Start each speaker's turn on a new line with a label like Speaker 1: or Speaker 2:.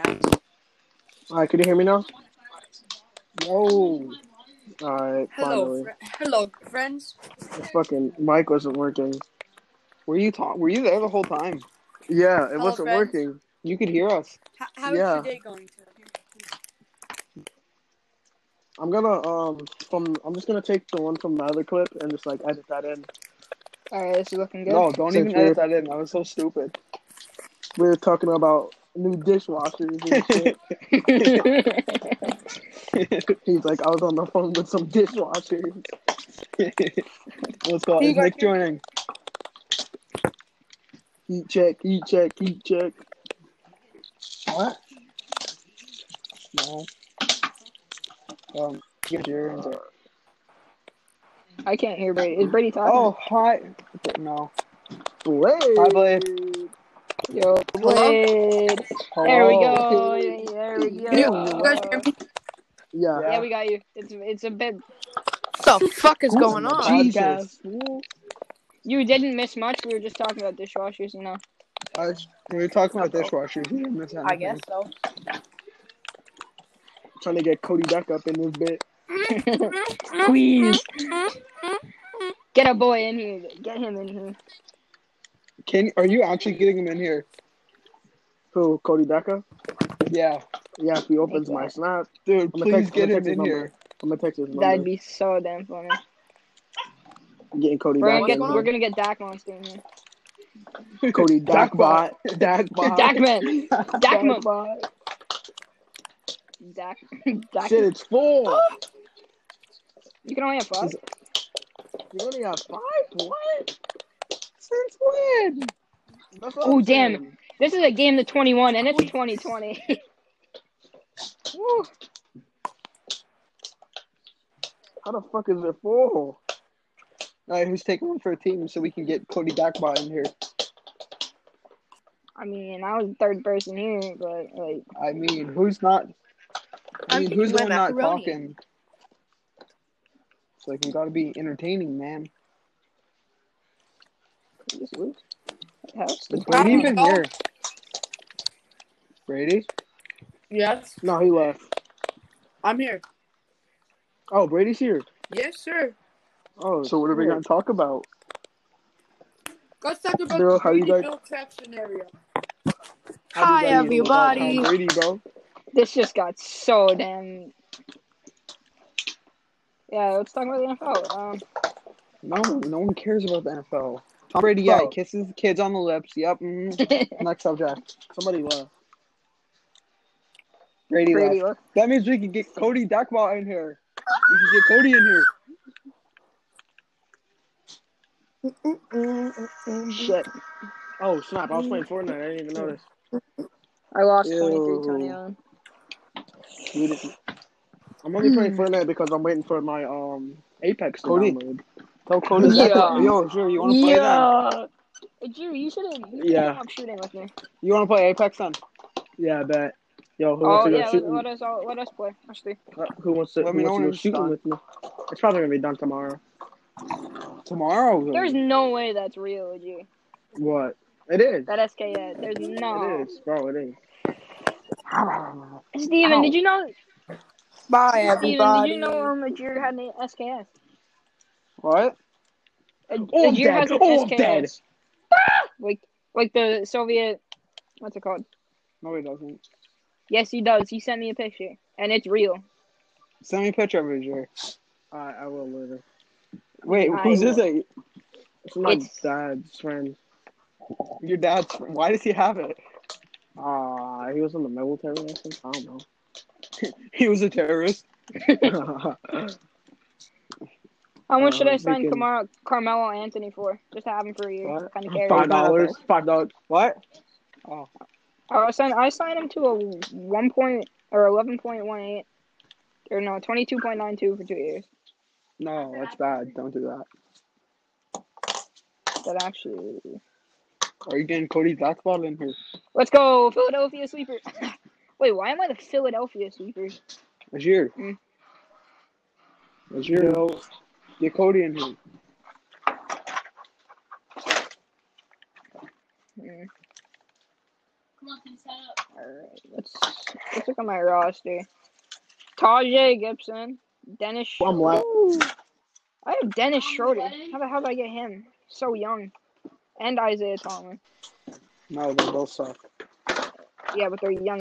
Speaker 1: All
Speaker 2: right, can you hear me now?
Speaker 1: Whoa.
Speaker 2: All right,
Speaker 1: Hello,
Speaker 2: finally.
Speaker 1: fr- hello, friends.
Speaker 2: The fucking mic wasn't working.
Speaker 3: Were you ta- Were you there the whole time?
Speaker 2: Yeah, it
Speaker 1: Hello,
Speaker 2: wasn't
Speaker 1: friends.
Speaker 2: working. You could hear us.
Speaker 1: H- how is
Speaker 2: Yeah.
Speaker 1: your day going? To?
Speaker 2: I'm gonna um from I'm just gonna take the one from the other clip and just like edit that in.
Speaker 3: All right, this is looking
Speaker 2: good.
Speaker 3: No, don't
Speaker 2: Since
Speaker 3: even edit
Speaker 2: we're-
Speaker 3: that in. That was so stupid.
Speaker 2: We were talking about new dishwashers and shit. He's like, I was on the phone with some dishwashers.
Speaker 3: What's called?
Speaker 1: You
Speaker 3: Is
Speaker 1: got
Speaker 3: Nick
Speaker 1: your-
Speaker 3: joining?
Speaker 2: Heat check, heat check, heat check.
Speaker 3: What? No. Um, get your answer.
Speaker 4: I can't hear Brady. Is Brady talking?
Speaker 3: Oh, hi. No.
Speaker 2: Blade.
Speaker 3: Hi, Blade.
Speaker 4: yo,
Speaker 1: Hello?
Speaker 4: Blade.
Speaker 3: Hello.
Speaker 4: There we go. There we
Speaker 1: You, you guys
Speaker 4: go.
Speaker 1: hear me?
Speaker 2: Yeah.
Speaker 4: Yeah, we got you. It's it's a bit.
Speaker 1: What the fuck is going
Speaker 2: Ooh,
Speaker 1: on?
Speaker 2: Jesus.
Speaker 4: You didn't miss much. We were just talking about dishwashers, you know.
Speaker 3: I, we were talking about dishwashers. You didn't miss anything.
Speaker 4: so.
Speaker 2: Trying to get Cody back up in this bit.
Speaker 4: Squeeze. Get a boy in here. Get him in here.
Speaker 3: Can are you actually getting him in here?
Speaker 2: Who? Cody Becca?
Speaker 3: Yeah,
Speaker 2: Yeah, if he opens my snap,
Speaker 3: dude.
Speaker 2: I'm a
Speaker 3: Please
Speaker 2: text-
Speaker 3: get
Speaker 2: I'm a
Speaker 3: him
Speaker 2: text
Speaker 3: in
Speaker 2: number.
Speaker 3: here.
Speaker 2: I'm gonna text his number.
Speaker 4: That'd be so damn funny.
Speaker 2: I'm getting Cody
Speaker 4: We're
Speaker 2: back.
Speaker 4: gonna get
Speaker 2: in
Speaker 4: we're gonna get Dak Monster in here.
Speaker 2: here. Cody Dakbot.
Speaker 3: Dakbot.
Speaker 2: Dakbot.
Speaker 4: Dakman. Dakman.
Speaker 2: Dakbot.
Speaker 4: Dak. Dak.
Speaker 2: Shit, it's four.
Speaker 4: You can only have five.
Speaker 2: You only have five. What?
Speaker 3: Since when?
Speaker 2: That's what
Speaker 4: Oh,
Speaker 2: I'm
Speaker 4: damn.
Speaker 2: saying.
Speaker 4: This is a game to 21, and it's 2020.
Speaker 2: Woo. How the fuck is it four?
Speaker 3: All right, who's taking one for a team so we can get Cody Dakbot in here?
Speaker 4: I mean, I was the third person here, but like,
Speaker 3: I mean, who's not? I
Speaker 1: I'm
Speaker 3: mean, who's the one
Speaker 1: thinking
Speaker 3: not
Speaker 1: macaroni.
Speaker 3: talking? It's like we gotta be entertaining, man.
Speaker 4: this was- house.
Speaker 3: Is Brady even here? Brady?
Speaker 1: Yes,
Speaker 2: No, Oh, he left.
Speaker 1: I'm here.
Speaker 2: Oh, Brady's here.
Speaker 1: Yes, sir.
Speaker 2: Oh,
Speaker 3: So what are we
Speaker 2: shit.
Speaker 3: gonna
Speaker 2: talk about?
Speaker 1: Let's talk about
Speaker 2: Bro, how you
Speaker 1: the
Speaker 2: guys-
Speaker 1: Bill Track scenario.
Speaker 2: How do
Speaker 5: Hi,
Speaker 2: you guys feel about Tom
Speaker 5: everybody.
Speaker 2: Brady, bro.
Speaker 4: This just got so damn. Yeah, let's talk about the NFL. Um,
Speaker 3: No, no one cares about the NFL. Tom Brady, yeah, he
Speaker 2: Bro.
Speaker 3: kisses the kids on the lips. Yep.
Speaker 4: Um,
Speaker 3: mhm. Next subject.
Speaker 2: Somebody left.
Speaker 3: Brady, left.
Speaker 4: Brady, what?
Speaker 3: That means we can get Cody Dakbot in here. We can get Cody in here.
Speaker 4: Shit,
Speaker 2: Oh snap! I was playing Fortnite. I didn't even notice.
Speaker 4: I lost
Speaker 2: Ew.
Speaker 4: 23 21.
Speaker 2: We didn't- I'm only playing Fortnite because I'm waiting for my um Apex to
Speaker 3: Cody.
Speaker 2: download.
Speaker 3: Tell Cody
Speaker 4: Yeah.
Speaker 3: Dakbot. Yo, sure, you wanna play that?
Speaker 4: Hey, Uh, Drew, you should have
Speaker 2: Yeah.
Speaker 4: yeah. stop shooting with me.
Speaker 3: You wanna play Apex then?
Speaker 2: Yeah, I bet. Yo, who wants
Speaker 4: Oh,
Speaker 2: to go
Speaker 4: yeah, let,
Speaker 2: shooting?
Speaker 4: let, us, all, let us play. Actually,
Speaker 2: Uh, who wants to,
Speaker 3: Let
Speaker 2: who
Speaker 3: me know
Speaker 2: wants to
Speaker 3: when
Speaker 2: go shooting
Speaker 3: it's done.
Speaker 2: with me? It's probably gonna be done tomorrow.
Speaker 3: Tomorrow.
Speaker 4: there's no way that's real, G.
Speaker 2: What? It is.
Speaker 4: That SKS. There's
Speaker 2: It
Speaker 4: no.
Speaker 2: is, bro. It is.
Speaker 4: Steven,
Speaker 3: Ow.
Speaker 4: did you know?
Speaker 5: Bye,
Speaker 4: Steven, did
Speaker 5: everybody.
Speaker 4: you know um, Ajir had an SKS?
Speaker 3: What?
Speaker 4: Aj-
Speaker 2: Oh, I'm
Speaker 4: Ajir
Speaker 2: dead.
Speaker 4: has an
Speaker 2: Oh, I'm
Speaker 4: SKS.
Speaker 2: dead.
Speaker 4: Like, like the Soviet. What's it called?
Speaker 3: No, he doesn't.
Speaker 4: Yes, he does. He sent me a picture, and it's real.
Speaker 3: Send me a picture of it, Jerry.
Speaker 2: Alright, I will later.
Speaker 3: Wait,
Speaker 4: I
Speaker 3: who's this?
Speaker 4: will.
Speaker 3: Like?
Speaker 2: It's my
Speaker 4: It's-
Speaker 2: dad's friend.
Speaker 3: Your dad's friend. Why does he have it?
Speaker 2: Ah, he was in the military or something. I don't know.
Speaker 3: He was a terrorist.
Speaker 4: How much
Speaker 2: Uh,
Speaker 4: should I
Speaker 2: we
Speaker 4: sign
Speaker 2: can-
Speaker 4: Camaro, Carmelo Anthony for? Just to have him for a year,
Speaker 2: What?
Speaker 4: kind of carry.
Speaker 2: Five
Speaker 4: him.
Speaker 2: dollars. Five dollars.
Speaker 3: What?
Speaker 4: Oh, I sign. I signed him to a one point or eleven point one eight, or no, twenty two point nine two for two years.
Speaker 3: No, that's bad. Don't do that.
Speaker 4: That actually.
Speaker 3: Are you getting Cody Blackball in here?
Speaker 4: Let's go, Philadelphia sleeper. Wait, why am I the Philadelphia sleeper?
Speaker 3: Azir.
Speaker 4: Mm.
Speaker 3: Azir. Get Cody in here.
Speaker 4: Mm.
Speaker 6: Come on, can set up.
Speaker 4: All Alright, let's let's look at my roster. Tajay Gibson, Dennis. Sch-
Speaker 2: I'm la-
Speaker 4: Ooh. I have Dennis Schroeder. How the hell did I get him? So young, and Isaiah Tomlin.
Speaker 2: No, they both suck.
Speaker 4: Yeah, but they're young.